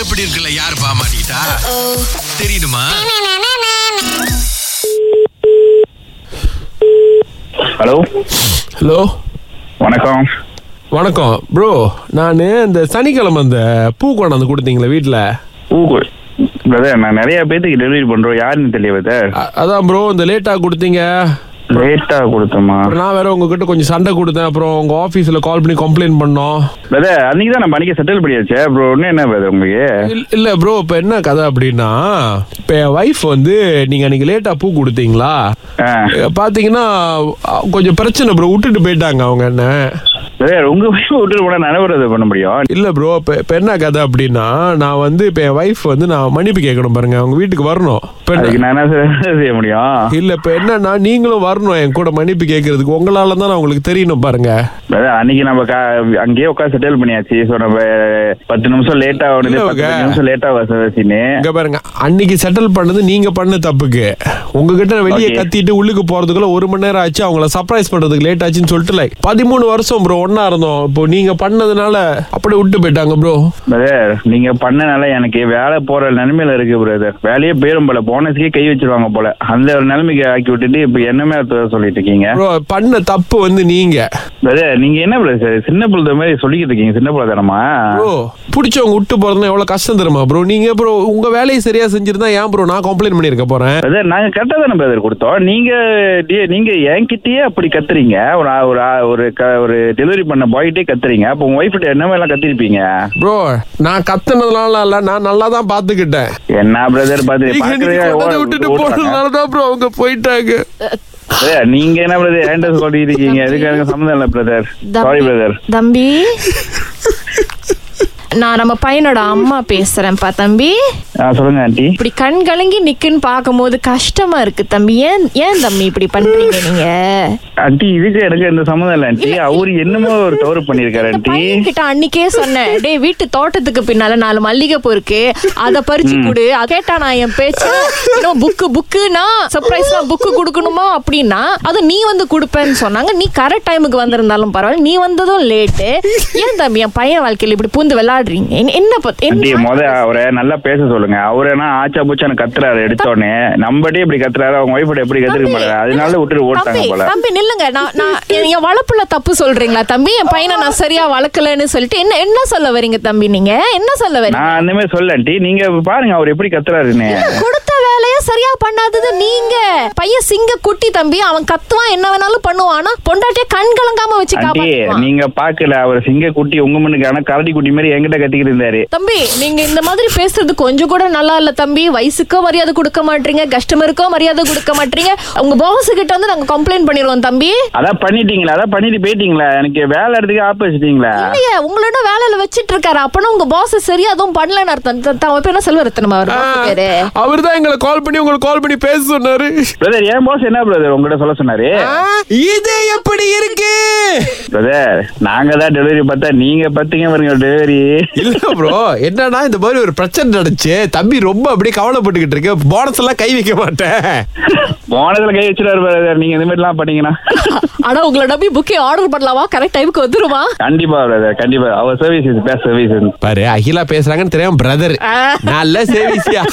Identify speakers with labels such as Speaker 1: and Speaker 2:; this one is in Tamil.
Speaker 1: எப்படி இருக்குல்ல யாரு பாமாட்டா தெரியுமா
Speaker 2: ஹலோ
Speaker 3: ஹலோ
Speaker 2: வணக்கம்
Speaker 3: வணக்கம் ப்ரோ நான் இந்த சனிக்கிழமை அந்த பூ கொண்டாந்து கொடுத்தீங்களே வீட்டில்
Speaker 2: ஊகுல் பிரதர் நான் நிறைய பேத்துக்கு டெலிவரி பண்றோம் யாருன்னு தெரியல பிரதர்
Speaker 3: அதான் ப்ரோ இந்த லேட்டாக கொடுத்தீங்க
Speaker 2: லேட்டா கொடுத்தோமா
Speaker 3: அப்புறம் நான் வேற உங்ககிட்ட கொஞ்சம் சண்டை கொடுத்தேன் அப்புறம் உங்கள் ஆஃபீஸில் கால் பண்ணி கம்ப்ளைண்ட் பண்ணோம்
Speaker 2: பிரதர் அன்னைக்கு தான் நான் பண்ணிக்க செட்டில் பண்ணியாச்சு அப்புறம் ஒண்ணு என்ன பிரதர் உங்களுக்கு
Speaker 3: இல்- இல்ல ப்ரோ இப்போ என்ன கதை அப்படின்னா இப்போ என் ஒய்ஃப் வந்து நீங்கள் அன்னைக்கு லேட்டாக பூ கொடுத்தீங்களா
Speaker 2: ஆ.
Speaker 3: பார்த்தீங்கன்னா கொஞ்சம் பிரச்சனை ப்ரோ விட்டுட்டு போயிட்டாங்க அவங்க என்ன
Speaker 2: பிரதர் உங்க wife விட்டுட்டு போனா நான் என்ன பண்ண முடியும்
Speaker 3: இல்லை ப்ரோ இப்போ இப்போ என்ன கதை அப்படின்னா நான் வந்து இப்போ என் ஒய்ஃப் வந்து நான் மன்னிப்பு கேட்கணும் பாருங்க அவங்க வீட்டுக்கு வரணும் இப்போ
Speaker 2: அதுக்கு நான் என்ன sir செய்ய முடியும்
Speaker 3: இல்ல இப்ப என்னன்னா நீங்களும் வரணும் என் கூட மன்னிப்பு கேக்குறதுக்கு உங்களால தான் நான் உங்களுக்கு தெரியணும் பாருங்க
Speaker 2: பிரதர் அன்னைக்கு நம்ம கா- அங்கேயே உட்காந்து செட்டில் பண்ணியாச்சு ஸோ நம்ம பத்து நிமிஷம் லேட் ஆகணுது
Speaker 3: இல்ல,
Speaker 2: பத்து
Speaker 3: உங்க-
Speaker 2: நிமிஷம் லேட் ஆக சதாசின்னு
Speaker 3: இங்க பாருங்க அன்னைக்கு செட்டில் பண்ணது நீங்க பண்ண தப்புக்கு உங்ககிட்ட வெளியே
Speaker 2: Okay.
Speaker 3: கத்திட்டு உள்ளுக்கு போறதுக்குள்ள ஒரு மணி நேரம் ஆச்சு அவங்கள சர்ப்ரைஸ் பண்றதுக்கு லேட் ஆச்சுன்னு சொல்லிட்டு like பதிமூணு வருஷம் ப்ரோ ஒண்ணா இருந்தோம் இப்போ நீங்க பண்ணதுனால அப்படியே விட்டு போயிட்டாங்க ப்ரோ
Speaker 2: பிரதர் நீங்க பண்ணனால எனக்கு வேலை போற நிலைமையில இருக்கு பிரதர் வேலையே போயிடும் போல போனஸ்க்கே கை வச்சிருவாங்க போல அந்த ஒரு நிலைமைக்கு ஆக்கி விட்டுட்டு இப்ப என்னமே அடுத்ததா சொல்லிட்டு இருக்கீங்க
Speaker 3: ப்ரோ பண்ண தப்பு வந்து நீங்க
Speaker 2: பிரதர் நீங்க என்ன பிரதர் சின்ன பிள்ளை மாதிரி சொல்லிக்கிட்டு இருக்கீங்க சின்ன பிள்ளை தனமா
Speaker 3: ப்ரோ பிடிச்சவங்க விட்டு போறதுன்னா எவ்வளவு கஷ்டம் தெரியுமா ப்ரோ நீங்க ப்ரோ உங்க வேலையை சரியா செஞ்சிருந்தா ஏன் ப்ரோ நான் கம்ப்ளைண்ட் பண்ணியிருக்க போறேன்
Speaker 2: பிரதர் நாங்க கரெக்டா தானே பிரதர் கொடுத்தோம் நீங்க டே- நீங்க என்கிட்டயே அப்படி கத்துறீங்க ஒரு ஆ- ஒரு ஆ- ஒரு க- ஒரு டெலிவரி பண்ண பாய்கிட்டே கத்துறீங்க அப்ப உங்க ஒய்ஃப் என்ன மாதிரி எல்லாம் கத்திருப்பீங்க
Speaker 3: ப்ரோ நான் கத்துனதுனால இல்ல நான் நல்லா தான் பாத்துக்கிட்டேன்
Speaker 2: என்ன பிரதர்
Speaker 3: நீங்க இன்னைக்கு கொண்டாந்து விட்டுட்டு
Speaker 2: பாத்துட்டு
Speaker 3: போனதுனாலதான் bro அவங்க போயிட்டாங்க
Speaker 2: நீங்க என்ன பிரதர் ஏண்டஸ் சொல்லிட்டு இருக்கீங்க எதுக்கு எனக்கு சம்மந்தம் இல்ல பிரதர் சாரி பிரதர்
Speaker 4: தம்பி நான் நம்ம பையனோட அம்மா பேசுறேன்ப்பா தம்பி
Speaker 2: ஆ சொல்லுங்க ஆண்டி
Speaker 4: இப்படி கண் கலங்கி நிக்குன்னு பார்க்கும்போது கஷ்டமா இருக்கு தம்பி ஏன் ஏன் தம்பி இப்படி பண்றீங்க நீங்க
Speaker 2: ஆண்டி இதுக்கு எனக்கு எந்த சம்மந்தம் இல்லை ஆண்டி அவரு என்னமோ ஒரு தவறு பண்ணிருக்காரு
Speaker 4: இந்த
Speaker 2: ஆண்டி
Speaker 4: பையன்கிட்ட அன்னைக்கே சொன்னேன் டேய் வீட்டு தோட்டத்துக்கு பின்னால நாலு மல்லிகைப்பூ இருக்கு அத பறிச்சு கொடு அத கேட்டா நான் என் பேச்சு இன்னும் புக்கு புக்குனா சர்ப்ரைஸ்னா புக்கு கொடுக்கணுமா அப்படின்னா அது நீ வந்து கொடுப்பேன்னு சொன்னாங்க நீ கரெக்ட் டைமுக்கு வந்திருந்தாலும் பரவாயில்ல நீ வந்ததும் லேட்டு ஏன் தம்பி என் பையன் வாழ்க்கையில இப்படி பூந்து விளையாடுறீங்க என்ன- என்ன பத்தி-
Speaker 2: ஆண்டி
Speaker 4: என்ன
Speaker 2: முத அவரை நல்லா பேச சொல்லுங்க அவரு என்ன ஆச்சா பூச்சான்னு கத்துறாரு எடுத்தோடனே நம்மகிட்டயே இப்படி கத்துறாரு அவங்க ஒய்ஃபோட எப்படி கத்துக்க
Speaker 4: தம்பி,
Speaker 2: மாட்டாரு அதனால விட்டுட்டு ஓட்டாங்க
Speaker 4: தம்பி,
Speaker 2: போல
Speaker 4: தம்பி நில்லுங்க நான் நான் என் என் வளர்ப்புல தப்பு சொல்றீங்களா தம்பி என் பையனை நான் சரியா வளர்க்கலன்னு சொல்லிட்டு என்ன என்ன சொல்ல வரீங்க தம்பி நீங்க என்ன சொல்ல வரீங்க
Speaker 2: நான் அந்த மாதிரி சொல்ல ஆண்டி நீங்க பாருங்க அவர் எப்படி கத்துறாருன்னு
Speaker 4: கொடுத்த வேலைய சரியா பண்ணாதது நீங்க பையன் சிங்க குட்டி தம்பி அவன் கத்துவான் என்ன வேணாலும் பண்ணுவான் ஆனா பொண்டாட்டிய கண் கலங்காம வச்சு
Speaker 2: ஆண்டி
Speaker 4: காப்பாத்துவான்
Speaker 2: நீங்க பாக்கல அவர் சிங்க குட்டி உங்க மண்ணுக்கு ஆனா கரடி குட்டி மாதிரி என்கிட்ட கத்திக்கிட்டு இருந்தாரு
Speaker 4: தம்பி நீங்க இந்த மாதிரி பேசுறது கொஞ்சம் கூட நல்லா இல்ல தம்பி வயசுக்கோ மரியாதை கொடுக்க மாட்டீங்க கஸ்டமருக்கோ மரியாதை கொடுக்க மாட்டீங்க உங்க பாஸ் கிட்ட வந்து நாங்க கம்ப்ளைண்ட் பண்ணிடுவோம் தம்பி
Speaker 2: அதான் பண்ணிட்டீங்களா அதான் பண்ணிட்டு போயிட்டீங்களா எனக்கு வேலை இடத்துக்கு ஆப்போசிட்டீங்களா
Speaker 4: இல்லையே உங்களோட வேலையில வச்சிட்டு இருக்காரு அப்பனா உங்க பாஸ் சரியா அதுவும் பண்ணலன்னு அர்த்தம் த- த- அவன் பேர் என்ன செல்வரத்னம் அவர் boss பேரு
Speaker 3: அவர் தான் எங்களை கால் பண்ணி உங்களுக்கு கால் பண்ணி பேச சொன்னாரு
Speaker 2: பிரதர் ஏன் பாஸ் என்ன பிரதர் உங்ககிட்ட சொல்ல சொன்னாரு
Speaker 3: ஆ, இது எப்படி இருக்கு
Speaker 2: பிரதர் நாங்க தான் டெலிவரி பார்த்தா நீங்க பார்த்தீங்க பாருங்க டெலிவரி
Speaker 3: இல்ல ப்ரோ என்னன்னா இந்த மாதிரி ஒரு பிரச்சனை நடந்துச்சு தம்பி ரொம்ப அப்படியே கவலைப்பட்டுக்கிட்டு இருக்கு போனஸ் எல்லாம் கை வைக்க மாட்டேன்
Speaker 2: போனதுல கை வச்சிருவாரு பிரதர் நீங்க இந்த மாதிரி எல்லாம் பண்ணீங்கன்னா
Speaker 4: ஆனா உங்களோட போய் புக்கே ஆர்டர் பண்ணலாமா கரெக்ட் டைமுக்கு வந்துருமா
Speaker 2: கண்டிப்பா பிரதர் கண்டிப்பா அவர் சர்வீஸ் இஸ் பேஸ்ட் சர்வீஸ்
Speaker 3: பாரு அகிலா பேசுறாங்கன்னு தெரியாம பிரதர் நல்ல சேவிசியா